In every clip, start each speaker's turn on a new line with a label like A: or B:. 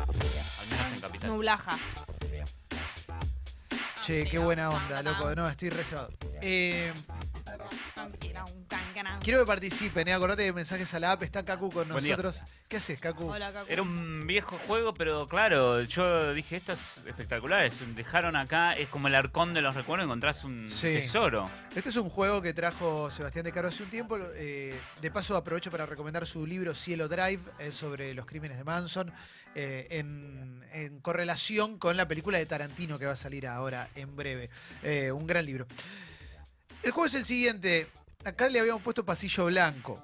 A: al menos en Capital.
B: Nublaja.
C: Che, qué buena onda, loco. No, estoy reservado. Eh, quiero que participen, eh. acordate de mensajes a la app. Está Kaku con
A: Buen día.
C: nosotros. ¿Qué haces, Kaku?
B: Hola, Cacu.
A: Era un viejo juego, pero claro, yo dije, esto es espectacular. es un- dejaron acá, es como el arcón de los recuerdos, encontrás un
C: Sí.
A: tesoro.
C: Este es un juego que trajo Sebastián de Caro hace un tiempo. eh, de paso aprovecho para recomendar su libro Cielo Drive eh, sobre los crímenes de Manson eh, en, en correlación con la película de Tarantino que va a salir ahora en breve. Eh, un gran libro. El juego es el siguiente. Acá le habíamos puesto pasillo blanco.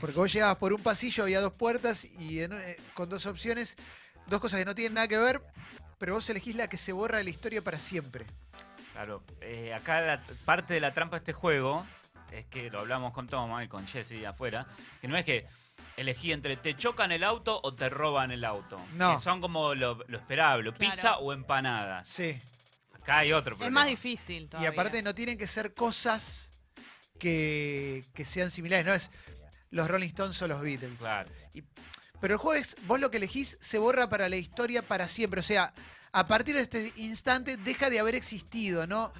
C: Porque vos llegabas por un pasillo, había dos puertas y en- eh, con dos opciones, dos cosas que no tienen nada que ver, pero vos elegís la que se borra de la historia para siempre.
A: Claro, eh, acá la t- parte de la trampa de este juego es que lo hablamos con Toma y con Jesse afuera, que no es que elegí entre te chocan el auto o te roban el auto.
C: No.
A: Que son como lo, lo esperable,
B: Claro.
A: pizza o empanadas.
C: Sí.
A: Acá hay otro
B: Es
A: problema.
B: más difícil todavía.
C: Y aparte no tienen que ser cosas que, que sean similares, no es los Rolling Stones o los Beatles.
A: Claro.
C: Pero el juego es, vos lo que elegís se borra para la historia para siempre. O sea, a partir de este instante deja de haber existido, ¿no?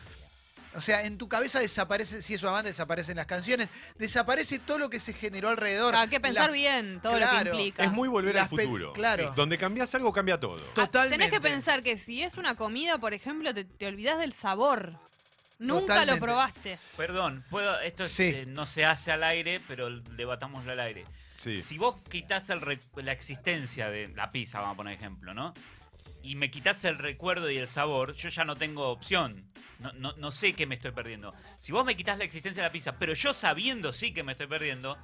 C: O sea, en tu cabeza desaparece, si es una banda, desaparecen las canciones, desaparece todo lo que se generó alrededor.
B: Hay que Ah, pensar
C: La-
B: bien todo lo que
C: Claro.
B: implica.
D: Es muy volver
C: Las
D: al
C: pe-
D: futuro.
C: claro.
D: Sí, Donde cambias algo, cambia todo.
B: Ah,
C: Totalmente.
B: Tenés que pensar que si es una comida, por ejemplo, te, te olvidás del sabor. Nunca
C: Totalmente.
B: lo probaste.
A: Perdón, puedo, esto es-
C: Sí.
A: eh, no se hace al aire, pero debatámoslo al aire.
D: Sí.
A: Si vos quitas el re- la existencia de la pizza, vamos a poner ejemplo, ¿no? Y me quitas el recuerdo y el sabor, yo ya no tengo opción. No, no, no sé qué me estoy perdiendo. Si vos me quitas la existencia de la pizza, pero yo sabiendo sí que me estoy perdiendo,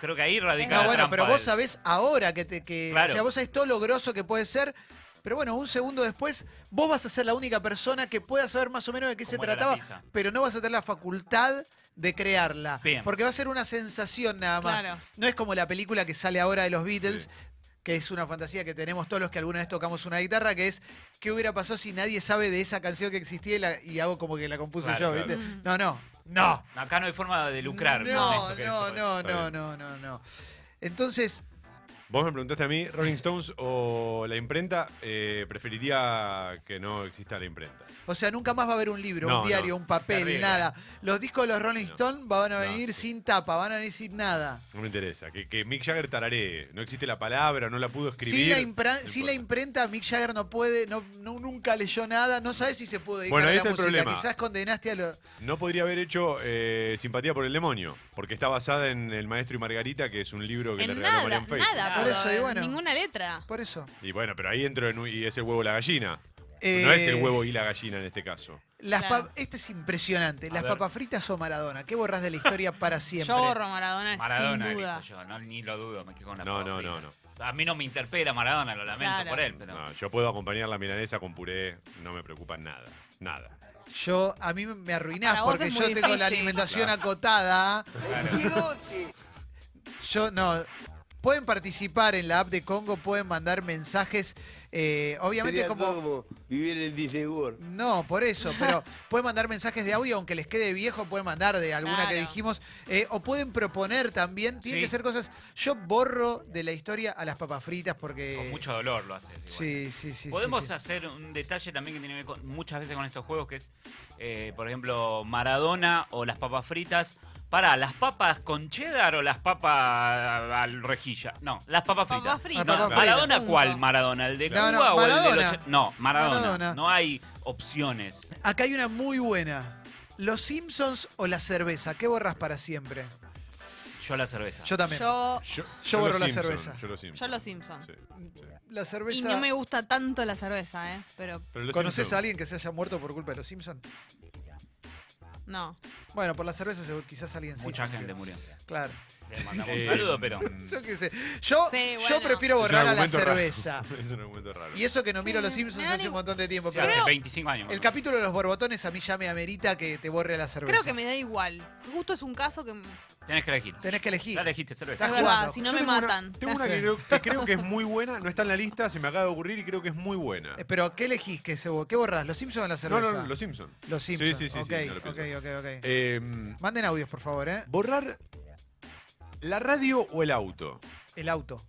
A: creo que ahí radica
C: No,
A: la
C: Ah, bueno,
A: trampa
C: pero vos
A: del-
C: sabés ahora que te. Que,
A: Claro.
C: O sea, vos sabés todo lo grosso que puede ser. Pero bueno, un segundo después, vos vas a ser la única persona que pueda saber más o menos de qué se
A: Cómo era la
C: trataba,
A: pizza.
C: pero no vas a tener la facultad de crearla.
A: Bien.
C: Porque va a ser una sensación nada más.
B: Claro.
C: No es como la película que sale ahora de los Beatles,
D: Sí.
C: que es una fantasía que tenemos todos los que alguna vez tocamos una guitarra, que es ¿qué hubiera pasado si nadie sabe de esa canción que existía y, la- y hago como que la compuse
A: Claro,
C: yo?
D: claro.
C: ¿viste?
B: Mm.
C: No, no, no.
A: Acá no hay forma de lucrar
C: No,
A: con eso que
C: no,
A: eso-
C: no,
D: está
C: no,
D: bien.
C: no, no, no. Entonces,
D: Vos me preguntaste a mí, Rolling Stones o la imprenta, eh, preferiría que no exista la imprenta.
C: O sea, nunca más va a haber un libro,
D: No,
C: un diario,
D: no.
C: un papel,
A: Terrible.
C: nada. Los discos de los Rolling
D: No.
C: Stones van a
D: No.
C: venir sin tapa, van a venir sin nada.
D: No me interesa. Que, que Mick Jagger tararee. No existe la palabra, no la pudo escribir.
C: Sin la, impra-
D: No
C: sin la
D: importa.
C: imprenta, Mick Jagger no puede, no, no- nunca leyó nada, no sabe si se pudo dedicar
D: Bueno,
C: a
D: ahí
C: la
D: está el
C: música.
D: problema.
C: Quizás condenaste a los.
D: No podría haber hecho eh, Simpatía por el Demonio, porque está basada en El Maestro y Margarita, que es un libro que le
B: En
D: regaló
B: nada,
D: Marian Faithfull.
B: nada.
C: Por
B: pero
C: eso, y
B: en
C: bueno.
B: Ninguna letra.
C: Por eso.
D: Y bueno, pero ahí entro en, un- y es el huevo o la gallina. No es el
C: Eh,
D: huevo y la gallina en este caso.
C: Las
B: Claro.
C: pap- Este es impresionante.
A: A
C: las
A: ver.
C: papas fritas o Maradona. ¿Qué borras de la historia para siempre?
B: Yo borro Maradona,
A: Maradona,
B: sin duda.
A: elijo yo, no, ni lo dudo, me quedo con la
D: No,
A: papa
D: no, no,
A: frita.
D: no.
A: A mí no me interpela Maradona, lo lamento
B: Claro.
A: por él, pero
D: No, Yo puedo acompañar la milanesa con puré, no me preocupa nada. Nada.
C: Yo, a mí me arruinás
B: Para vos
C: porque
B: es
C: yo
B: muy
C: tengo la
B: difícil.
C: alimentación
D: Claro.
C: acotada.
A: Claro.
C: Yo no. Pueden participar en la app de Congo, pueden mandar mensajes. eh, obviamente
E: Sería
C: como.
E: como vivir en Disney World.
C: No, por eso, pero pueden mandar mensajes de audio, aunque les quede viejo, pueden mandar de alguna que
B: Claro.
C: dijimos. eh, o pueden proponer también, tienen
A: Sí.
C: que ser cosas. Yo borro de la historia a las papas fritas porque.
A: con mucho dolor lo haces. igual.
C: Sí, sí, sí, sí.
A: Podemos
C: sí.
A: hacer un detalle también que tiene que ver con- muchas veces con estos juegos, que es, eh, por ejemplo, Maradona o las papas fritas. Pará, ¿las papas con cheddar o las papas al rejilla? No, las papas fritas.
B: Papas fritas.
A: No,
C: Papas
A: ¿Maradona
B: fritas.
A: cuál?
B: Punto.
A: ¿Maradona? ¿El de
C: No,
A: Cuba
C: no,
A: o el de
C: Maradona.
A: los- No, Maradona.
C: Maradona.
A: No hay opciones.
C: Acá hay una muy buena. ¿Los Simpsons o la cerveza? ¿Qué borras para siempre?
A: Yo la cerveza.
C: Yo también.
B: Yo,
D: Yo,
C: borro
D: los
C: la
D: Simpson,
C: cerveza.
D: Yo los Simpson.
B: yo los Simpson.
D: Sí, sí.
C: La cerveza.
B: Y no me gusta tanto la cerveza, ¿eh? Pero
D: Pero los
C: ¿Conoces
D: Simpson-
C: a alguien que se haya muerto por culpa de los Simpsons?
B: no.
C: Bueno, por la cerveza se- quizás alguien sí.
A: Mucha
C: se
A: gente
C: murió.
A: murió.
C: Claro.
A: Le mandamos un
D: Eh,
A: saludo, pero...
C: Yo qué sé. Yo,
B: Sí,
C: yo
B: bueno.
C: prefiero
D: Es un
C: borrar a la
D: argumento raro.
C: cerveza.
D: Es un argumento raro.
C: Y eso que no miro
B: Sí,
C: los
B: me
C: Simpsons
B: da
C: hace un
B: ningún-
C: montón de tiempo.
A: o sea,
C: Pero
A: hace
B: Creo-
A: 25 años.
C: el
A: más o
C: capítulo de los borbotones a mí ya me amerita que te borre la cerveza.
B: Creo que me da igual. Justo es un caso que.
A: menos. Tenés que elegir.
C: Tenés que elegir.
A: Ya elegiste cerveza.
C: Estás
B: Es verdad,
C: jugando.
B: si no
D: Yo
B: me
D: tengo una-
B: matan.
D: tengo una que creo, que creo que es muy buena, no está en la lista, se me acaba de ocurrir y creo que es muy buena.
C: Eh, Pero, ¿qué elegís? ¿Qué, se bo- ¿Qué borrás? ¿Los Simpsons o la
D: No,
C: cerveza?
D: no, no, los Simpson.
C: Los Simpsons.
D: Sí, sí, sí,
C: Ok,
D: sí, no lo
C: ok,
D: pienso.
C: ok, ok.
D: Eh,
C: Manden audios, por favor, ¿eh?
D: borrar la radio o el auto.
C: El auto.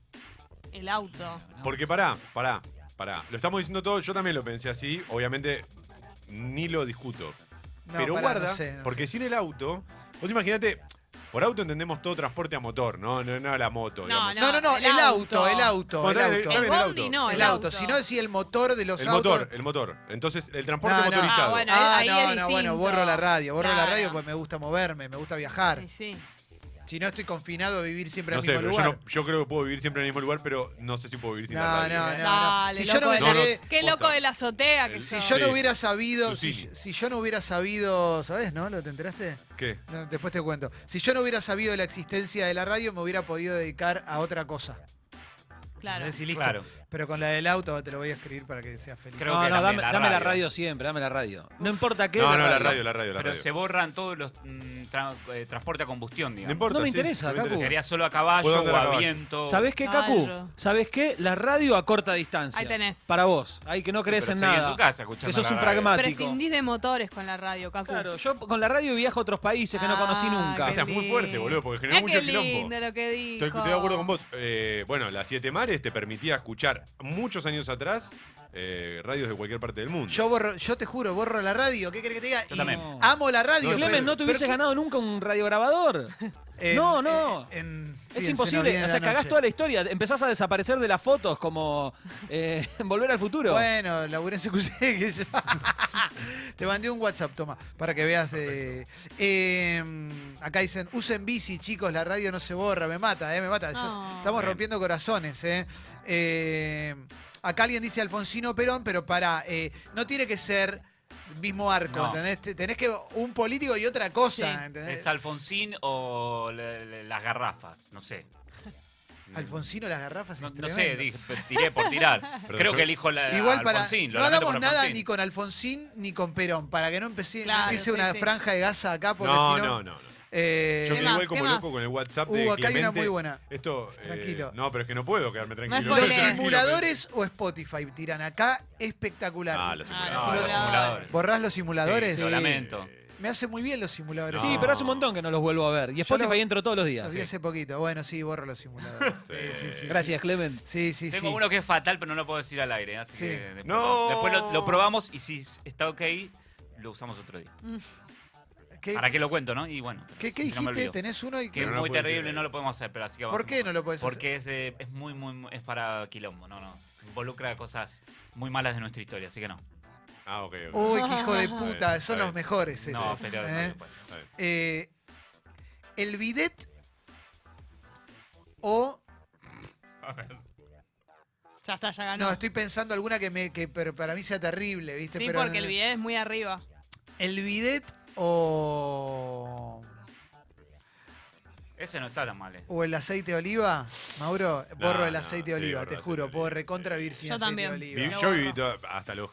B: El auto.
D: Porque pará, pará. Pará, lo estamos diciendo todo, yo también lo pensé así, obviamente ni lo discuto.
C: No,
D: pero
C: pará,
D: guarda,
C: no sé, no
D: porque
C: sé.
D: sin el auto, vos imagínate, por auto entendemos todo transporte a motor, no, no, no la moto, digamos.
C: No, no, no,
B: el
C: el auto,
B: auto.
C: el auto, el
D: Bueno,
C: auto.
D: está bien,
B: El
D: el
B: Bondi
D: auto.
B: no,
C: El auto, si no decía el motor de los
D: El
C: autos.
D: motor, el motor. Entonces, el transporte
C: No, no.
D: motorizado.
B: Ah, bueno.
C: Ah,
B: ahí
C: no,
B: es
C: no, bueno,
B: distinto.
C: borro la radio, borro la
B: Claro.
C: radio porque me gusta moverme, me gusta viajar.
B: Y sí.
C: Si no estoy confinado a vivir siempre
D: No
C: al
D: sé,
C: mismo
D: pero yo,
C: lugar.
D: no- yo creo que puedo vivir siempre en el mismo lugar, pero no sé si puedo vivir sin la
C: No,
D: radio.
C: no, no, no.
B: Dale,
C: Si yo
B: loco
C: no me
B: de la-
D: No, no,
C: enteré,
B: Qué loco
D: Posta.
B: de la azotea que
D: El-
B: sos.
D: no.
C: si yo no
D: Sí.
C: hubiera sabido, si,
D: Susini.
C: si yo no hubiera sabido, ¿sabes, no? ¿Lo te enteraste?
D: ¿Qué?
C: No, después te cuento. Si yo no hubiera sabido de la existencia de la radio, me hubiera podido dedicar a otra cosa.
B: Claro.
C: Es decir, listo.
A: Claro.
C: Pero con la del auto te lo voy a escribir para que seas feliz.
A: Creo
F: no,
A: que
F: no,
A: también
F: dame,
A: la
F: dame la
A: radio.
F: radio siempre, dame la radio. No importa qué.
D: No, no, la radio, la radio, la
A: Pero
D: radio.
A: se borran todos los mm, tra- eh, transporte a combustión, digamos.
D: No importa.
F: No me
D: sí,
F: interesa, Cacu.
A: Sería solo a
D: Puedo
A: caballo
D: andar
A: o
D: a
A: a
D: caballo.
A: viento.
F: ¿Sabés qué,
B: No,
F: Cacu?
B: yo-
F: ¿Sabés qué? La radio a corta distancia.
B: Ahí tenés.
F: Para vos, ahí que no
A: Pero
F: crees en
A: seguí
F: nada.
A: en tu casa escuchando
F: que sos
A: la
F: un
A: radio.
F: pragmático.
B: Prescindís de motores con la radio, Cacu.
F: Claro, yo con la radio viajo a otros países que no conocí
B: Ay,
F: nunca.
B: qué
D: Esta Este es muy
B: lindo.
D: fuerte, boludo, porque genera
B: Mirá
D: mucho
B: qué
D: quilombo.
B: lindo lo que dijo.
D: Estoy, estoy de acuerdo con vos. Eh, bueno, la Siete Mares te permitía escuchar muchos años atrás eh, radios de cualquier parte del mundo.
C: Yo borro, yo te juro, borro la radio. ¿Qué querés que te diga?
A: Yo
C: Y
A: también.
C: Amo la radio.
F: No, Clemen, no te hubieses ganado nunca un radiograbador. No, no.
C: eh,
F: es imposible. O sea, cagás toda la historia. Empezás a desaparecer de las fotos como eh, en volver al futuro.
C: Bueno, laburé en CQC. que yo- Te mandé un WhatsApp, toma, para que veas. eh, eh, acá dicen, usen bici, chicos, la radio no se borra, me mata, eh, me mata. Yo-
B: No.
C: Estamos
A: Bien.
C: rompiendo corazones, eh. Eh, Acá alguien dice Alfonsino Perón, pero para, eh, no tiene que ser mismo arco,
A: No.
C: ¿entendés? Te- Tenés que un político y otra cosa,
B: Sí.
C: ¿entendés?
A: ¿Es Alfonsín o la- la- las garrafas? No sé.
C: Alfonsino las garrafas.
A: No,
C: es
A: no sé,
C: tremendo.
A: dije, pe- tiré por tirar.
D: Pero
A: Creo
D: yo-
A: que elijo la,
C: Igual
A: a
C: para
A: Eh, Alfonsín. lo
C: no
A: lamento por
C: hagamos nada
A: Alfonsín.
C: ni con Alfonsín ni con Perón, para que no empecé, no
B: Claro,
C: empiece
B: sí,
C: una
B: sí.
C: franja de gas acá porque
D: no,
C: si
D: no, no, no.
C: eh,
D: Yo
B: ¿Qué
D: quedé
B: más?
D: igual como
B: ¿Qué
D: loco
B: más?
D: con el WhatsApp de
C: uh, acá hay una
D: Clemente.
C: muy buena.
D: Esto, eh,
C: Tranquilo.
D: no, pero es que no puedo quedarme tranquilo.
B: spoilees.
C: Los
B: Tranquilo,
C: simuladores o Spotify tiran acá espectacular.
D: Ah, los
B: Ah, los
D: simuladores. Ah, los
B: simuladores.
D: simuladores.
C: ¿Borrás los simuladores?
A: Sí, Lo
F: Sí.
A: lamento.
C: Me hace muy bien los simuladores.
F: Sí,
D: No.
F: pero hace un montón que no los vuelvo a ver. Y Spotify
C: los-
F: entro todos los
C: Los
F: días.
C: vi hace poquito. Bueno, sí, borro los simuladores. sí, sí, sí, sí.
F: Gracias, Clement.
C: Sí, sí,
A: Tengo
C: sí.
A: uno que es fatal, pero no lo puedo decir al aire. Así
C: Sí.
A: que después,
D: No.
A: después lo, lo probamos y si está ok, lo usamos otro día.
C: ¿Qué,
A: ¿Para qué lo cuento, no? Y bueno. pero
C: qué-
A: no
C: qué
A: me
C: dijiste?
A: olvido.
C: ¿Tenés uno y
A: Que
D: Pero
A: es
D: no
A: muy
D: puede
A: terrible,
D: ser.
A: no lo podemos hacer, pero así que
C: ¿Por
A: vamos.
C: qué no lo podés hacer?
A: Porque es, eh, es muy, muy, muy- es para quilombo, no, no. Involucra cosas muy malas de nuestra historia, así que no.
D: Ah, ok, ok.
C: Uy, qué hijo de puta,
D: bien,
C: son
D: está
C: los
D: bien.
C: mejores esos.
A: No, pero no
C: ¿eh?
A: se puede.
D: Está bien.
C: Eh, el bidet o
B: Ya está, ya ganó.
C: no estoy pensando alguna que me que pero para mí sea terrible viste
B: sí,
C: pero
B: porque el video es muy arriba.
C: el bidet o
A: Ese no está tan mal. eh.
C: o el aceite de oliva Mauro borro el
D: no,
C: aceite
D: sí,
C: de oliva
D: borro
C: te
D: el
C: juro
D: aceite de
C: puedo
D: oliva,
C: recontra
D: sí.
C: vivir sin
B: Yo
C: aceite
B: también.
C: de
D: Viví-
C: oliva
B: Bien.
D: Yo viví to- hasta los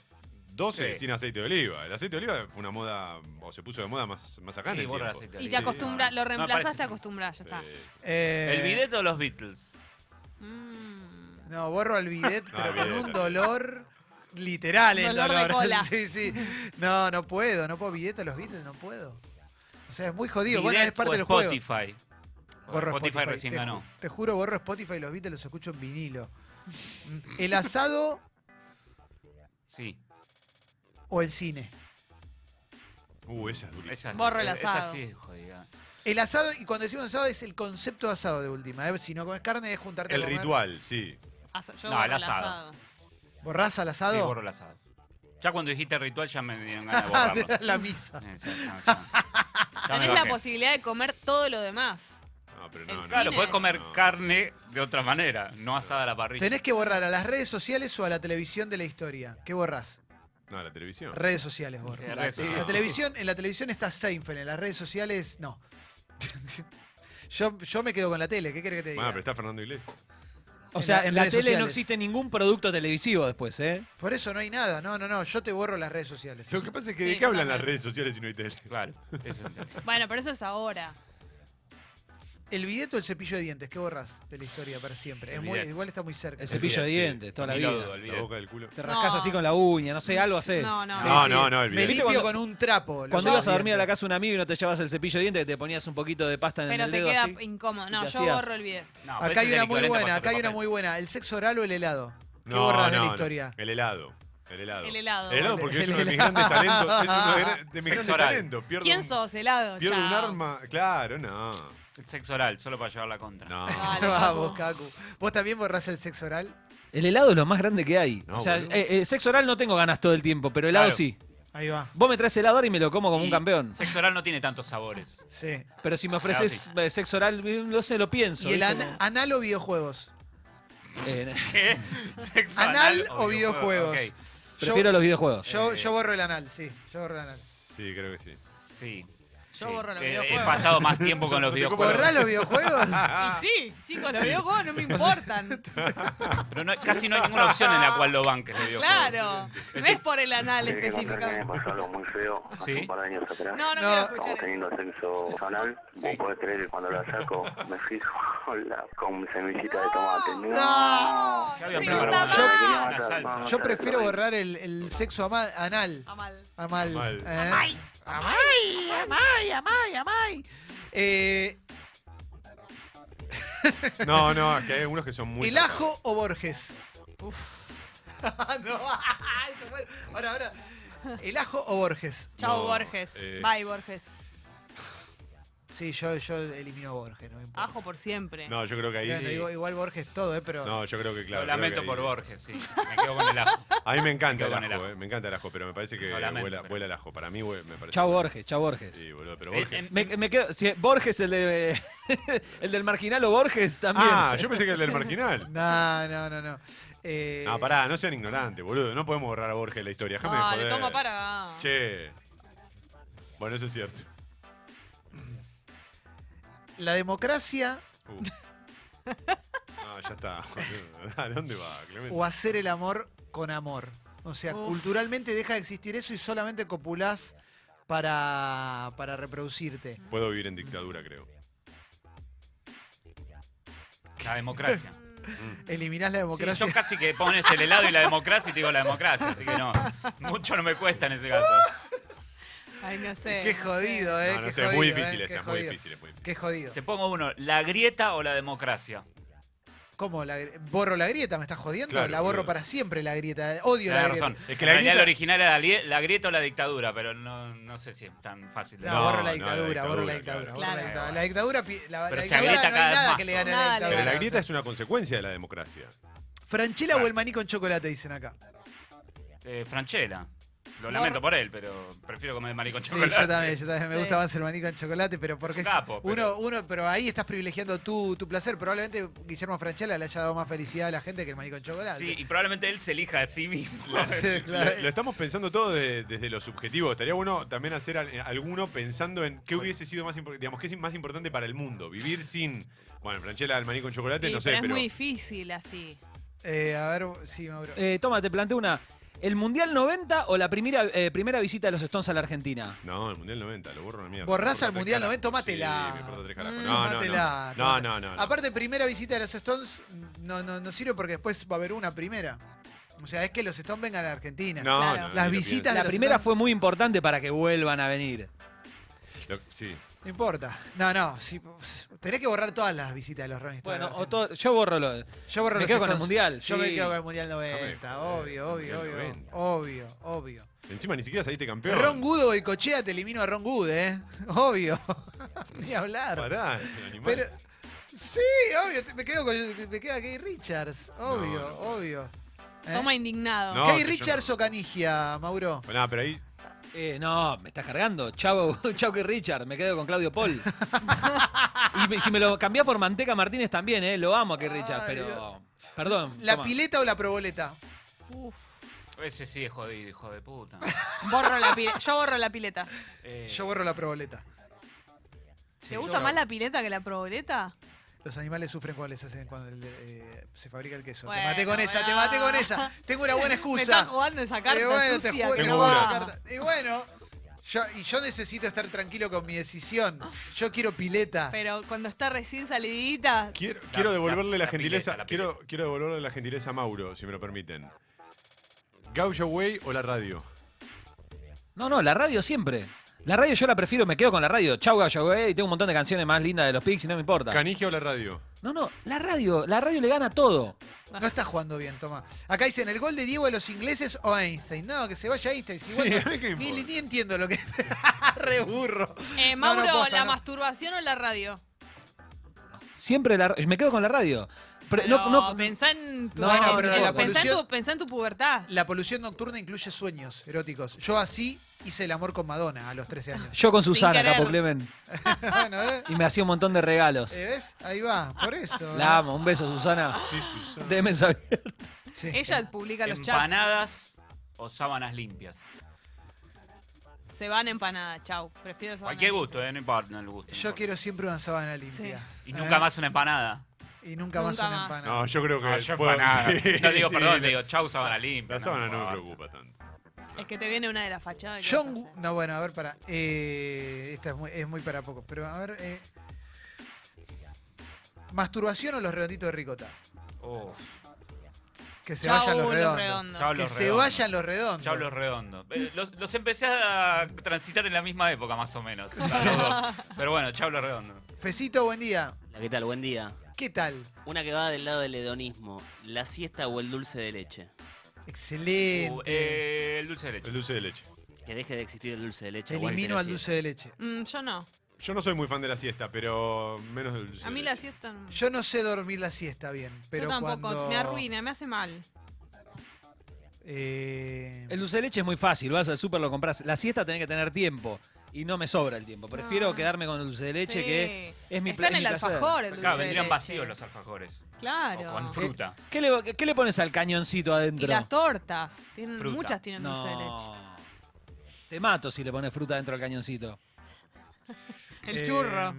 D: 12
A: Sí.
D: sin aceite de oliva. El aceite de oliva fue una moda, o se puso de moda más, más acá en
A: Sí,
D: el
A: borra
D: tiempo.
A: el aceite de
B: Y te
A: oliva.
B: acostumbras,
A: Sí, no,
B: lo
A: no
B: reemplazás,
A: aparece.
B: te acostumbras, ya está.
D: Eh,
C: Eh,
A: ¿El bidet o los Beatles?
B: Mm.
C: no borro el bidet
D: Ah,
C: pero con
D: bidet.
C: un dolor literal el
B: Dolor de
C: dolor,
B: cola.
C: sí sí no no puedo no puedo bidet a los Beatles no puedo o sea es muy jodido bueno
A: Bidet
C: es parte
A: o
C: del juego
A: Spotify.
C: Borro
A: Spotify,
C: Spotify,
A: recién
C: te, ju-
A: ganó.
C: Te juro, borro Spotify y los Beatles los escucho en vinilo. Mm, ¿El asado
A: Sí.
C: o el cine?
D: Uh, esa es durísima.
A: Esa,
B: Borro el
A: Esa
B: asado.
A: sí, jodida.
C: El asado, y cuando decimos asado es el concepto de asado de última. ¿eh? Si no comes carne es juntarte
D: El
C: a comer.
D: ritual, sí.
B: Asa- yo
A: No,
B: borro
A: el asado.
C: ¿Borrás al
A: Sí,
C: asado?
A: borro el asado. Ya cuando dijiste ritual ya me dieron ganas de borrarlo.
C: la misa.
A: Eh, ya, ya, ya. Ya me
B: Tenés la
A: bajé.
B: posibilidad de comer todo lo demás.
D: No, pero no,
B: El
D: no.
A: Claro,
B: Cine.
A: podés comer
D: No.
A: carne de otra manera, no asada a la parrilla.
C: Tenés que borrar a las redes sociales o a la televisión de la historia. ¿Qué borrás?
D: No, la televisión. Ah,
C: Redes sociales borro.
A: Eh, redes
C: Eh, la
A: sociales.
C: televisión, en la televisión está Seinfeld, en las redes sociales no. yo, yo me quedo con la tele, ¿qué querés que te diga?
D: Bueno, pero está Fernando Iglesias.
F: O
C: En
F: sea,
C: la- en
F: en la
C: redes
F: tele no
C: sociales.
F: existe ningún producto televisivo después, ¿eh?
C: Por eso no hay nada, no, no, no, yo te borro las redes sociales.
D: Lo que pasa es que
B: Sí,
D: ¿de qué hablan
B: también.
D: las redes sociales si no hay tele?
A: Claro, eso es-
B: Bueno, pero eso es ahora.
C: El bidet o el cepillo de dientes, ¿qué borras de la historia para siempre?
A: El
C: Es muy-
A: bidet.
C: igual está muy cerca.
F: El cepillo de
D: Sí, sí.
F: dientes, toda la
A: Ni
F: vida.
A: lo dudo, el
D: La
A: bidet.
D: boca del culo.
F: Te rascas
B: No.
F: así con la uña, no sé, algo haces.
B: No, no.
C: Sí,
D: No,
C: sí.
D: no, no, el
C: Me
D: bidet.
C: limpio
F: Cuando-
C: con un trapo. los
F: Cuando ibas a dormir a la
C: dientes.
F: casa de un amigo y no te llevabas el cepillo de dientes, que te ponías un poquito de pasta en
B: Pero
F: el
B: te
F: dedo
B: queda
F: así.
B: incómodo.
F: ¿Y
B: No,
F: qué
B: yo
F: hacías?
B: borro el video.
A: No, pero
C: Acá
A: ese
C: hay
A: es
C: una
A: el
C: muy
A: equivalente a
C: buena,
A: pasar
C: acá hay una
A: papel.
C: muy buena. ¿El sexo oral o el helado? ¿Qué borras de la historia?
D: El helado. El helado.
B: El helado.
D: El helado porque es
C: El
D: uno de mis
C: helado.
D: grandes talentos. Es uno de, de mis grandes
A: Sexual.
D: talentos. Pierdo
B: ¿Quién
D: un,
B: sos? Helado.
D: Pierdo un
B: chao.
D: arma. Claro, no.
A: El sexo oral, solo para llevar la contra.
D: No.
B: Vale.
C: Vamos, Cacu. ¿Vos también borrás el sexo oral?
F: El helado es lo más grande que hay.
D: No,
F: o sea,
D: boludo.
F: eh, eh, sexo oral no tengo ganas todo el tiempo, pero helado
A: Claro.
F: sí.
C: Ahí va.
F: Vos me traes helado ahora y me lo como como
A: Y
F: un campeón.
A: Sexo oral no tiene tantos sabores.
C: Sí.
F: Pero si me ofreces eh, sexo oral, eh, no sé, lo pienso.
C: ¿Y el
F: ¿viste?
C: an- anal o videojuegos?
F: Como, eh,
A: ¿Qué? ¿Sexo
C: ¿Anal o
A: Ok.
C: videojuegos?
F: prefiero
C: Yo-
F: los videojuegos.
C: Yo,
A: Eh.
C: yo borro el anal, sí. Yo borro el anal.
D: Sí, creo que sí.
A: Sí.
B: Yo
A: sí.
B: borro los
A: Eh,
B: videojuegos.
A: He pasado más tiempo con los
D: No te compro
A: videojuegos.
C: ¿Borrás los videojuegos?
D: Ah.
B: Y sí, chicos, los videojuegos no me importan.
A: Pero no- casi no hay ninguna opción en la cual lo banques los videojuegos.
B: claro. No es por el anal
G: Tenés que contar que me
B: específicamente.
G: pasó algo muy feo hace
A: Sí.
G: un par de años
B: No,
G: atrás.
B: no,
C: No.
B: quiero
G: Estamos
B: escuchar.
G: teniendo sexo anal.
A: Sí.
G: Vos podés creer que cuando la saco me fijo la- con semillita de tomate. No.
B: No,
A: Ya había
B: Ah, sí,
G: Me
A: probado.
B: está
G: quería
B: mal.
G: matar,
A: La salsa.
G: vamos,
C: Yo
G: ya,
C: prefiero
G: lo vi.
C: borrar el, el sexo ama- anal.
B: Está mal.
C: Amal.
D: Amal.
C: ¿eh? Amay. Amay, amay, amay, Eh,
D: No, no, es que hay algunos que son muy.
C: ¿El ajo o Borges? no, eso fue- Ahora, ahora. ¿El ajo o Borges?
B: Chau,
D: No,
B: Borges.
D: eh.
B: Bye, Borges.
C: Sí, yo, yo elimino a Borges, no me importa.
B: Ajo por siempre.
D: No, yo creo que ahí.
C: Bueno, digo, igual Borges todo, ¿eh? Pero.
D: Ah. No, yo creo que claro.
A: lo lamento
D: creo que
A: por
D: ahí-
A: Borges, sí. Me quedo con el ajo.
D: A mí me encanta
A: Me quedo
D: el
A: con
D: ajo,
A: el ajo.
D: eh, me encanta el ajo, pero me parece que
A: Lo lamento,
D: vuela,
A: pero-
D: vuela el ajo. Para mí, güey, me parece.
F: Chao Borges, chao Borges.
D: Sí, boludo, pero
A: Eh,
D: Borges.
A: em,
F: Me, me quedo. si- Borges, el, de- el del marginal o Borges también.
D: ah, yo pensé que el del marginal.
C: No, no, no. no. Eh,
D: No, pará, no sean ignorantes, boludo. No podemos borrar a Borges de la historia. Déjame de
B: Vale,
D: joder.
B: toma para.
D: Che. Bueno, eso es cierto.
C: La democracia
D: Uh. No, ya está. ¿A dónde va, Clemente?
C: o hacer el amor con amor. O sea,
B: Uf.
C: culturalmente deja de existir eso y solamente copulás para, para reproducirte.
D: Puedo vivir en dictadura, creo.
A: La democracia.
C: Eliminás la
A: Sí,
C: democracia.
A: yo casi que pones el helado y la democracia y te digo la democracia, así que no. Mucho no me cuesta en ese caso.
B: Ay, no sé.
C: Qué
B: no sé.
C: jodido, eh.
D: no, no
C: qué
D: sé,
C: jodido,
D: es muy difícil
C: eh,
D: esa,
C: qué
D: es muy
C: jodido.
D: difícil, es muy difícil.
C: Qué jodido.
A: Te pongo uno, ¿la grieta o la democracia?
C: ¿Cómo? La gri- ¿Borro la grieta? ¿Me estás jodiendo?
D: Claro,
C: la borro
D: boludo.
C: para siempre la grieta. Odio la
A: Tenés
C: grieta.
A: razón.
D: Es que
A: En
D: la
A: realidad
D: grieta-
A: el original era la lie- la grieta o la dictadura, pero no, no sé si es tan fácil. de-
C: No,
D: No,
C: borro la
D: no,
C: dictadura,
D: la
C: borro la dictadura.
D: dictadura, claro.
C: borro la
B: Claro.
C: dictadura. La dictadura, pi- la,
A: Pero se
C: la dictadura
A: agrieta
C: no
A: cada
C: hay
A: vez
C: nada
A: más,
C: que le gane
B: ¿no?
C: a la
B: Dale,
D: Pero
C: dictadura.
D: la
B: Claro,
D: grieta es Ah. una consecuencia de la democracia.
C: Franchela o el maní con chocolate, dicen acá.
A: Eh, Franchella. Lo
B: Bor-
A: lamento por él, pero prefiero comer maní con
C: Sí,
A: chocolate.
C: yo también, yo también. Me
B: Sí.
C: gusta más el maní con chocolate, pero porque
A: un
C: es-
A: capo, pero-
C: uno, uno, pero ahí estás privilegiando tu, tu placer. Probablemente Guillermo Franchella le haya dado más felicidad a la gente que el maní con chocolate.
A: Sí, y probablemente él se elija a sí mismo.
C: Sí, claro. eh.
D: Lo, lo estamos pensando todo de- desde lo subjetivo. Estaría bueno también hacer al- alguno pensando en qué hubiese sido más importante, digamos, qué es más importante para el mundo. Vivir sin, bueno, franchela al maní con chocolate,
B: Sí,
D: Este no sé,
B: pero
D: pero,
B: es muy difícil así.
C: Eh, a ver, sí, Mauro.
F: Eh, toma, te planteo una. ¿El Mundial 90 o la primera, eh, primera visita de los Stones a la Argentina?
D: No, el Mundial 90, lo borro a la mierda.
C: Borrás
D: Me importa
C: al
D: tres
C: Mundial
D: carajos.
C: 90, tómatela.
D: Sí, me importa tres carajos.
B: Mm,
D: No, no,
C: Tómatela,
D: no, no,
C: tómatela.
D: no, no, no.
C: Aparte, primera visita de los Stones no, no, no sirve porque después va a haber una primera. O sea, es que los Stones vengan a la Argentina.
D: No,
B: Claro.
D: no, no,
C: Las
D: ni lo
C: visitas
F: La
C: los
F: primera
C: Stones-
F: fue muy importante para que vuelvan a venir.
D: pienso. Lo- sí.
C: No importa. No, no. si- tenés que borrar todas las visitas de los Rolling Stones.
F: Bueno, o todo- yo borro lo.
C: Yo borro
F: me
C: los
F: quedo con el
C: Stones.
F: Mundial,
C: Yo me
F: sí.
C: quedo con el Mundial 90.
D: Déjame,
C: obvio,
D: eh,
C: obvio,
D: Mundial
C: obvio,
D: 90.
C: obio, obvio.
D: Encima ni siquiera saliste campeón.
C: Ron Good o Boicochea te elimino a Ron Good, ¿eh? Obvio. Ni hablar.
D: Pará, animal.
C: Pero. Sí, obvio. te- Me quedo con. Me queda Kay Richards. Obvio,
D: No, no.
C: obvio. ¿Eh?
B: Toma indignado.
D: No,
C: Kay
D: que yo
C: Richards
D: no.
C: o Canigia, Mauro.
D: Bueno, pero ahí
F: Eh, no, me estás cargando. Chau, chau que Richard, me quedo con Claudio Paul. y me- si me lo cambiás por Manteca Martínez también, eh, lo amo a que Richard,
C: Ay, Dios.
F: pero. Perdón.
C: ¿La
F: toma.
C: pileta o la proboleta?
B: Uf,
A: Ese sí es jodido, hijo de puta.
B: borro la pile- Yo borro la pileta.
A: Eh,
C: Yo borro la proboleta.
A: sí,
B: ¿Te gusta
A: yo-
B: más la pileta que la proboleta?
C: Los animales sufren cuando les hacen cuando el- eh, se fabrica el queso.
B: Bueno,
C: te maté con esa, te
B: bueno.
C: maté con esa. Tengo una buena
B: Me estás
C: excusa.
B: jugando esa
C: Y
B: carta
C: bueno, te
B: sucia.
C: juro
B: que
C: que
B: no
D: juro.
B: va.
C: juego la carta. Y bueno, yo, y yo necesito estar tranquilo con mi decisión. Yo quiero pileta.
B: Pero cuando está recién salidita,
D: quiero,
A: La-
D: quiero devolverle la,
A: la- la
D: gentileza.
A: pileta, la
D: quiero, quiero devolverle la gentileza a Mauro, si me lo permiten. Gaucho Way o la radio.
F: No, no, la radio siempre. La eh, radio yo la prefiero, me quedo con la radio. Chau, gallo, güey. Tengo un montón de canciones más lindas de los Pixies, no me importa.
D: Canigia o la radio.
F: No, no, la radio, la radio le gana todo.
C: No está jugando bien, toma. Acá dicen, ¿el gol de Diego de los ingleses o Einstein? No, que se vaya Einstein. si igual no-
D: ¿Qué
C: ni,
D: importa?
C: ni entiendo lo que... Re burro.
B: Eh,
C: No,
B: Mauro,
C: no, posta,
B: ¿la
C: no.
B: masturbación o la radio?
F: Siempre la, me quedo con la radio. Pero no- no-
B: pensá en tu,
F: No, Bueno,
C: pero la
B: pensá en
C: polución-
B: tu, pensá en tu pubertad.
C: La polución nocturna incluye sueños eróticos. Yo así hice el amor con Madonna a los 13 años.
F: yo con Susana,
B: querer.
F: Capo Clemen,
C: bueno, ¿eh?
F: y me hacía un montón de regalos.
C: Eh, ¿Ves? Ahí va, por eso.
F: La amo, un beso, Susana.
D: Sí, Susana.
F: Deme saber.
C: Sí.
B: Ella publica los chats.
A: Empanadas o sábanas limpias.
B: Se van empanadas, chau. Prefiero sábana
A: Cualquier
B: limpia.
A: gusto, eh, no importa no el gusto. no
C: Yo
A: importa.
C: quiero siempre una sábana limpia.
A: Y
C: ¿eh?
A: nunca más una empanada.
C: Y nunca, más
B: Nunca
C: una
B: más.
C: empanada.
D: No, yo creo que.
A: No, Ah, yo
D: puedo-
A: empanada.
D: Sí,
A: no digo
D: sí,
A: perdón,
D: la-
A: le digo chau sábana limpia.
D: La sábana no me
A: basta.
D: preocupa tanto.
B: Es que te viene una de las fachadas. que
C: John
B: vas a
C: Wu-
B: hacer.
C: No, bueno, a ver, para. eh, esta es muy, es muy para pocos, pero a ver. eh, ¿Masturbación o los redonditos de ricota?
A: Oh,
C: Que se
B: Chau,
C: vayan los redondos.
A: Chau
C: Que
A: los
C: se
A: redondos.
C: vayan los redondos.
A: Chau los redondos. Eh, Los, los empecé a transitar en la misma época, más o menos. a los dos. Pero bueno, chau los redondos.
C: Fecito, buen día.
H: Hola, ¿Qué tal? Buen día.
C: ¿Qué tal?
H: Una que va del lado del hedonismo, la siesta o el dulce de leche.
C: Excelente.
A: Uh, eh, el dulce de leche.
D: El dulce de leche.
H: Que deje de existir el dulce de leche.
C: Te elimino
H: aguante la
C: al dulce de leche.
B: Mm, yo no.
D: Yo no soy muy fan de la siesta, pero menos del dulce.
B: A mí
D: de
B: la
D: leche.
B: siesta no.
C: Yo no sé dormir la siesta bien, pero
B: yo tampoco.
C: cuando...
B: Me arruina, me hace mal.
C: eh,
F: El dulce de leche es muy fácil, vas al súper, lo compras. La siesta tenés que tener tiempo. Y no me sobra el tiempo. Prefiero
B: No.
F: quedarme con el dulce de leche que
B: Ah. Sí.
F: es mi
B: Está
F: pla-
B: en el
F: mi placer.
B: alfajor el dulce
A: Claro,
B: de
A: vendrían
B: leche.
A: vacíos los alfajores. O
B: Claro.
A: con fruta.
F: ¿Qué le, qué le pones al cañoncito
B: Y
F: adentro?
B: las tortas. Tienen,
A: Fruta.
B: muchas tienen dulce de leche.
F: No. Te mato si le pones fruta dentro del cañoncito.
B: El
C: eh,
B: churro.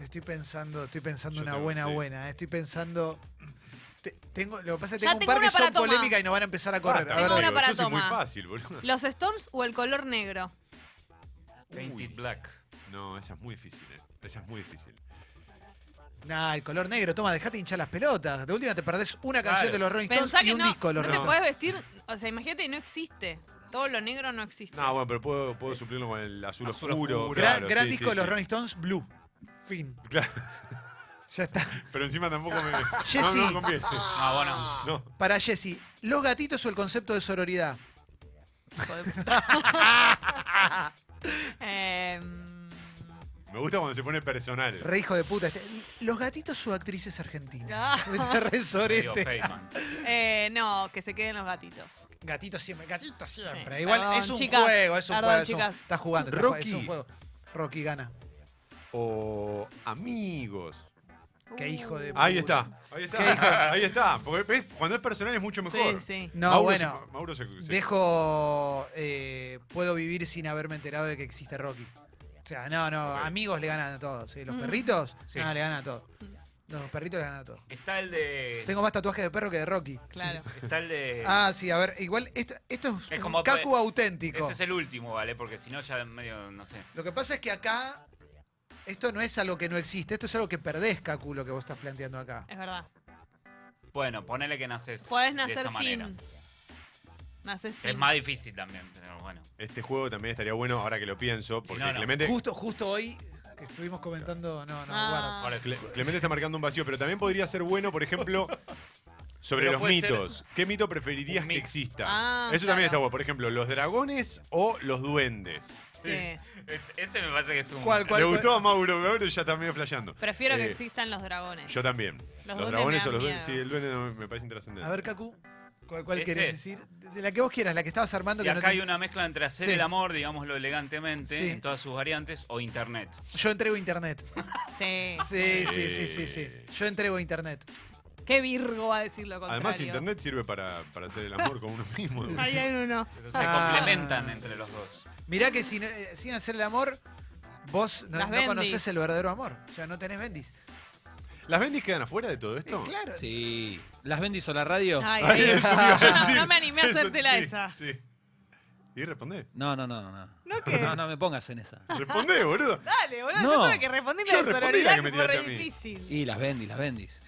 C: Estoy pensando, estoy pensando
D: Yo
C: una
D: tengo-
C: buena
D: sí.
C: buena. eh, Estoy pensando... te- tengo, lo que pasa es que
B: Ya
C: tengo un
B: tengo
C: par que
B: una para
C: son
B: tomar.
C: polémicas y nos van a empezar a correr.
D: Basta,
C: A
B: Tengo
C: ver,
D: boludo,
B: una
D: eso
B: para
D: es muy
B: tomar.
D: fácil, boludo.
B: ¿Los Stones o el color negro? Eh,
A: Painted black.
D: No, esa es muy difícil, eh. Esa es muy difícil.
C: Nah, el color negro, toma, dejate hinchar las pelotas. De última te perdés una
A: Claro.
C: canción de los Rolling Stones
B: Pensá
C: y
B: que
C: un
B: no,
C: disco de los
B: no te
C: Rolling
B: podés vestir. O sea, imagínate, no existe. Todo lo negro no existe.
D: No, bueno, pero puedo, puedo suplirlo con el azul,
A: Azul
D: oscuro.
A: oscuro.
D: claro,
C: Gran, gran
D: sí,
C: disco
D: sí,
C: de los
D: sí.
C: Rolling Stones, Blue. Fin.
D: Claro,
C: Ya está.
D: pero encima tampoco me.
C: Jessy.
D: No, no me conviene.
A: Ah, bueno.
D: No.
C: Para Jesse, ¿los gatitos o el concepto de sororidad?
B: Eh,
D: Me gusta cuando se pone personal.
C: Re hijo de puta. este. Los gatitos o actrices
B: Ah.
C: argentinas. Re
A: Digo,
B: este.
C: sorete.
A: Feynman.
B: eh, no, que se queden los gatitos.
C: Gatitos siempre, gatitos siempre.
B: Sí.
C: Igual
B: Perdón,
C: es un
B: chicas.
C: juego, es un
B: Perdón,
C: juego. es un-
B: chicas.
C: está jugando, está jugando, es un
D: Rocky.
C: juego. Rocky gana.
D: O amigos.
C: Qué hijo de puta.
D: Ahí está. Ahí está. Ahí está. Porque ¿ves? cuando es personal es mucho mejor.
B: Sí, sí.
C: No,
D: Mauro se-
C: bueno.
D: Mauro se, se-
C: Dejo. eh, puedo vivir sin haberme enterado de que existe Rocky. O sea, no, no.
D: Ok.
C: Amigos le ganan a todos. ¿sí? Los
B: Mm.
C: perritos,
A: Sí.
C: nada, le ganan a todos. Los perritos le ganan a todos.
A: Está el de.
C: Tengo más tatuajes de perro que de Rocky.
B: Claro.
A: Está el de.
C: Ah, sí, a ver, igual esto, esto es,
A: Es
C: un
A: como-
C: cacu auténtico.
A: Ese es el último, ¿vale? Porque si no, ya medio, no sé.
C: Lo que pasa es que acá esto no es algo que no existe, esto es algo que perdés, Cacu, lo que vos estás planteando acá.
B: Es verdad.
A: Bueno, ponele que naces.
B: Podés
A: de
B: nacer
A: esa manera.
B: sin. Naces sin.
A: Es más difícil también, pero bueno.
D: Este juego también estaría bueno ahora que lo pienso. Porque
A: No, no.
D: Clemente.
C: Justo, justo hoy que estuvimos comentando, no, no,
B: Ah.
A: Ahora,
D: Cle- Clemente está marcando un vacío, pero también podría ser bueno, por ejemplo, sobre
A: Pero
D: los
A: puede ser
D: mitos. ¿Qué mito preferirías
A: un
D: que
A: mix.
D: exista?
B: Ah,
D: Eso también
B: claro.
D: está bueno. Por ejemplo, los dragones o los duendes.
B: Sí.
A: es- ese me parece que es un.
C: ¿Cuál, cuál?
D: Le gustó a Mauro, Mauro ya está medio flasheando.
B: Prefiero que
D: Eh,
B: existan los dragones.
D: Yo también. Los,
B: duendes
D: dragones
B: me
D: o
B: dan
D: los duendes. Sí,
B: miedo.
D: el duende no me- me parece
C: guarda.
D: intrascendente.
C: A ver, Cacu, ¿cuál, cuál
A: Ese.
C: querés decir? De la que vos quieras, la que estabas armando.
A: Y
C: que no
A: acá hay
C: te-
A: una mezcla entre hacer
C: Sí.
A: el amor, digámoslo elegantemente,
C: Sí.
A: en todas sus variantes, o internet.
C: Yo entrego internet.
B: Sí.
C: Sí, sí, sí, sí, sí.
D: Eh.
C: Yo entrego internet.
B: Qué Virgo va a decir lo contrario.
D: Además, internet sirve para, para hacer el amor con uno mismo.
B: Ahí hay uno.
A: Pero se
C: Ah.
A: complementan entre los dos.
C: Mirá que sin, eh, sin hacer el amor, vos no,
B: Las
C: no
B: bendis.
C: conocés el verdadero amor. O sea, no tenés bendis.
D: ¿Las bendis quedan afuera de todo
C: Eh,
D: esto?
C: claro.
F: Sí. ¿Las bendis o la radio?
B: Ay,
D: Ay,
B: ahí.
D: eso te iba a decir.
B: no me animé a
D: Eso,
B: hacértela
D: sí,
B: esa.
D: sí. Y respondé.
F: No, no, no, no.
B: ¿No qué?
F: No, no me pongas en esa.
D: Respondé, boludo.
B: Dale, boludo,
F: No.
B: yo tuve que responder la
D: Yo
B: de
D: respondí
B: sororidad
D: la que me
B: que fue
D: tiraste
B: re
D: a mí.
B: difícil.
F: Y las bendis, las bendis.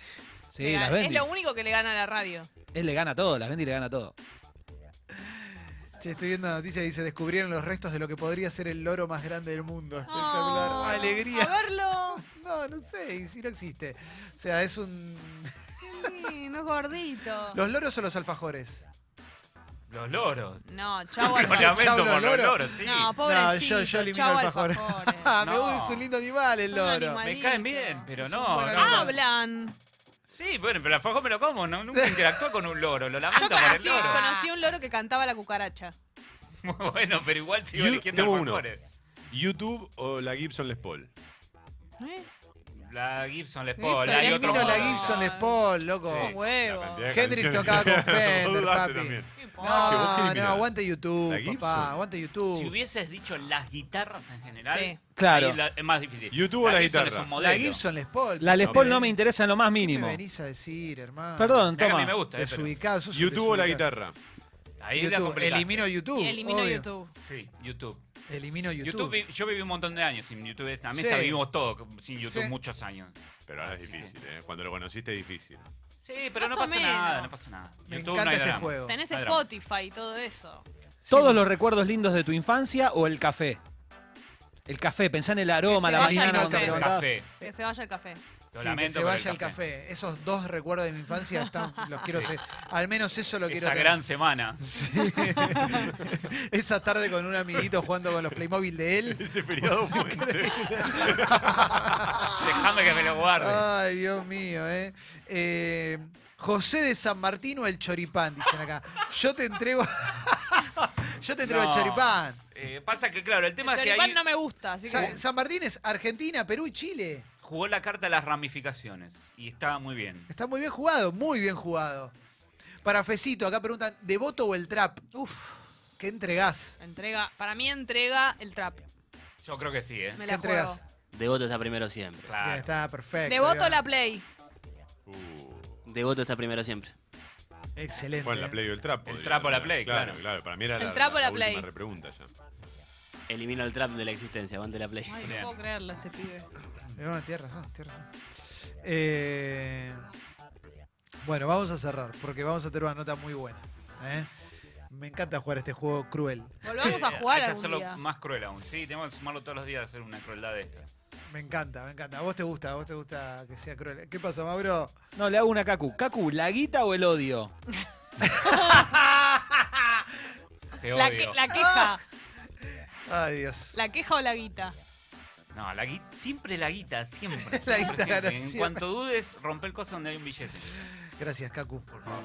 F: Sí,
B: Mira,
F: las
B: es
F: bendis.
B: lo único que le gana a la radio.
F: Él le gana todo, las bendis le gana todo.
C: Che, estoy viendo la noticia y dice, descubrieron los restos de lo que podría ser el loro más grande del mundo. Espectacular.
B: Oh,
C: Alegría.
B: A verlo.
C: No, no, no sé, y si no existe. O sea, es un.
B: Sí, no es gordito.
C: ¿Los loros o los alfajores?
A: Los loros.
B: No, chau
A: Lo lamento
C: Chau, los
A: por los
C: loros.
A: loros, sí.
B: No, pobrecito.
C: yo- yo elimino
B: chau
C: alfajores.
B: alfajores.
C: Ah, me
A: No.
C: gusta, es un lindo animal el
B: Son
C: loro.
B: animalitos.
A: Me caen bien, pero
C: Es
A: no.
C: un buen
A: no.
C: animal.
B: Hablan.
A: Sí, bueno, pero el alfajor me lo como, no, nunca interactúa con un loro, lo
B: Yo
A: lamento por el
B: conocí,
A: loro.
B: conocí un loro que cantaba la cucaracha.
A: bueno, pero igual sigo
D: Yo
A: eligiendo
D: tengo uno.
A: alfajores.
D: ¿YouTube o la Gibson Les Paul?
B: ¿Eh?
A: La Gibson Les
B: Gibson,
A: Paul,
B: Hola,
C: Le
A: hay
B: ahí
A: otro
C: elimino
B: vino
C: la
A: más.
C: Gibson Les Paul, loco.
A: Sí.
B: Huevo.
D: cantidad de
C: Hendrix
D: canciones
C: tocaba con
D: que- Vos
C: Fender,
D: dudaste
C: papi.
D: también.
B: ¿Qué
A: Ah,
B: importa?
D: que vos
C: No, no,
D: eliminás.
C: aguante
D: La
C: YouTube,
D: Gibson.
C: papá, aguante
A: Si
C: YouTube.
A: hubieses dicho las guitarras en general,
B: Sí.
F: Claro.
A: ahí la- es más difícil.
D: YouTube o la
A: Gibson
D: guitarra.
A: Es un modelo.
C: La Gibson Les Paul.
F: La Les
C: ¿qué
F: Paul
C: me-
F: no me interesa en lo más mínimo.
C: ¿Qué me venís a decir, hermano?
A: Mirá
F: Perdón,
A: que Este a mí me
F: toma.
A: gusta, eh, pero
C: Desubicado, sos un
D: ¿YouTube o la
C: desubicado.
D: guitarra?
A: ahí la
C: YouTube,
A: complicaste.
C: Elimino YouTube.
B: Y elimino
C: obvio.
B: YouTube.
A: Sí, YouTube.
C: Elimino
A: YouTube.
C: YouTube.
A: vi- yo viví un montón de años sin YouTube. Esta mesa
C: Sí.
A: vivimos todo sin YouTube
C: Sí.
A: muchos años.
D: Pero ahora es
A: Así que-
D: difícil, ¿eh? Cuando lo conociste es difícil.
A: Sí, pero
B: Más
A: no
B: o
A: pasa nada,
B: menos.
A: no pasa nada.
C: Me
A: YouTube no
C: encanta
A: hay
C: este
A: drama.
C: juego.
B: Tenés
A: Hay drama.
B: Spotify y todo eso.
F: ¿Todos los recuerdos lindos de tu infancia o el café? El café, pensá en el aroma,
B: Que
F: la
B: se vaya
F: mañana
B: al
F: cuando
B: café.
F: te
A: El
F: levantás.
A: café.
B: Que se vaya el café.
A: Lo
C: Sí, que
A: lamento,
C: se
A: pero
C: vaya
A: el
C: el café. Esos dos recuerdos de mi infancia están, los quiero
A: Sí.
C: ser. Al menos eso lo quiero
A: Esa
C: tener.
A: gran semana.
C: Sí. Esa tarde con un amiguito jugando con los Playmobil de él.
D: Ese feriado puente.
A: Dejame que me lo guarde.
C: Ay, Dios mío, ¿eh? Eh, José de San Martín o el choripán, dicen acá. Yo te entrego. Yo te entrego
A: No.
C: el choripán.
A: Eh, pasa que, claro, el
B: El
A: tema es que
B: choripán
A: ahí
B: no me gusta, así
C: Sa-
B: que...
C: San Martín es Argentina, Perú y Chile.
A: jugó la carta de las ramificaciones. Y está muy bien.
C: Está muy bien jugado, muy bien jugado. Para Fecito, acá preguntan, ¿devoto o el trap?
B: Uf,
C: ¿Qué entregás?
B: entrega... Para mí entrega el trap.
A: Yo creo que sí, ¿eh?
B: Me
C: ¿Qué
B: la juego.
C: entregás?
H: Devoto está primero siempre.
C: Bien,
A: Claro.
C: está perfecto.
B: Devoto
C: digamos.
B: la Play.
D: Uh,
H: Devoto está primero siempre.
C: Excelente. eh.
D: bueno, la Play o el trapo.
A: El
D: digamos,
A: trapo o la
D: ¿no?
A: Play,
D: claro.
A: claro.
D: Claro, para mí era
B: El
D: la,
B: trapo o
D: la,
B: la
D: última
B: Play.
D: repregunta ya.
H: Elimino el trap de la existencia, aguante la play.
B: Ay, no
A: Bien.
B: puedo creerlo este pibe.
C: No, no, tienes razón, tienes razón. Eh, bueno, vamos a cerrar porque vamos a tener una nota muy buena. ¿eh? Me encanta jugar este juego cruel.
B: Volvamos
A: Eh,
B: a jugar
A: Hay que
B: algún
A: hacerlo
B: día.
A: más cruel aún. Sí, tenemos que sumarlo todos los días a hacer una crueldad de estas.
C: Me encanta, me encanta. A vos te gusta, a vos te gusta que sea cruel. ¿Qué pasa, Mabro?
F: No, le hago una Cacu. Cacu, ¿la guita o el odio?
A: Te
B: La, que-
A: odio.
B: la queja.
C: Ay, Dios.
B: La queja o la guita.
A: No, la gui- siempre la guita, siempre.
C: La
A: siempre,
C: guita gana
A: siempre. En
C: siempre.
A: cuanto dudes, rompe el coso donde hay un billete.
C: Gracias, Kaku.
A: Por favor.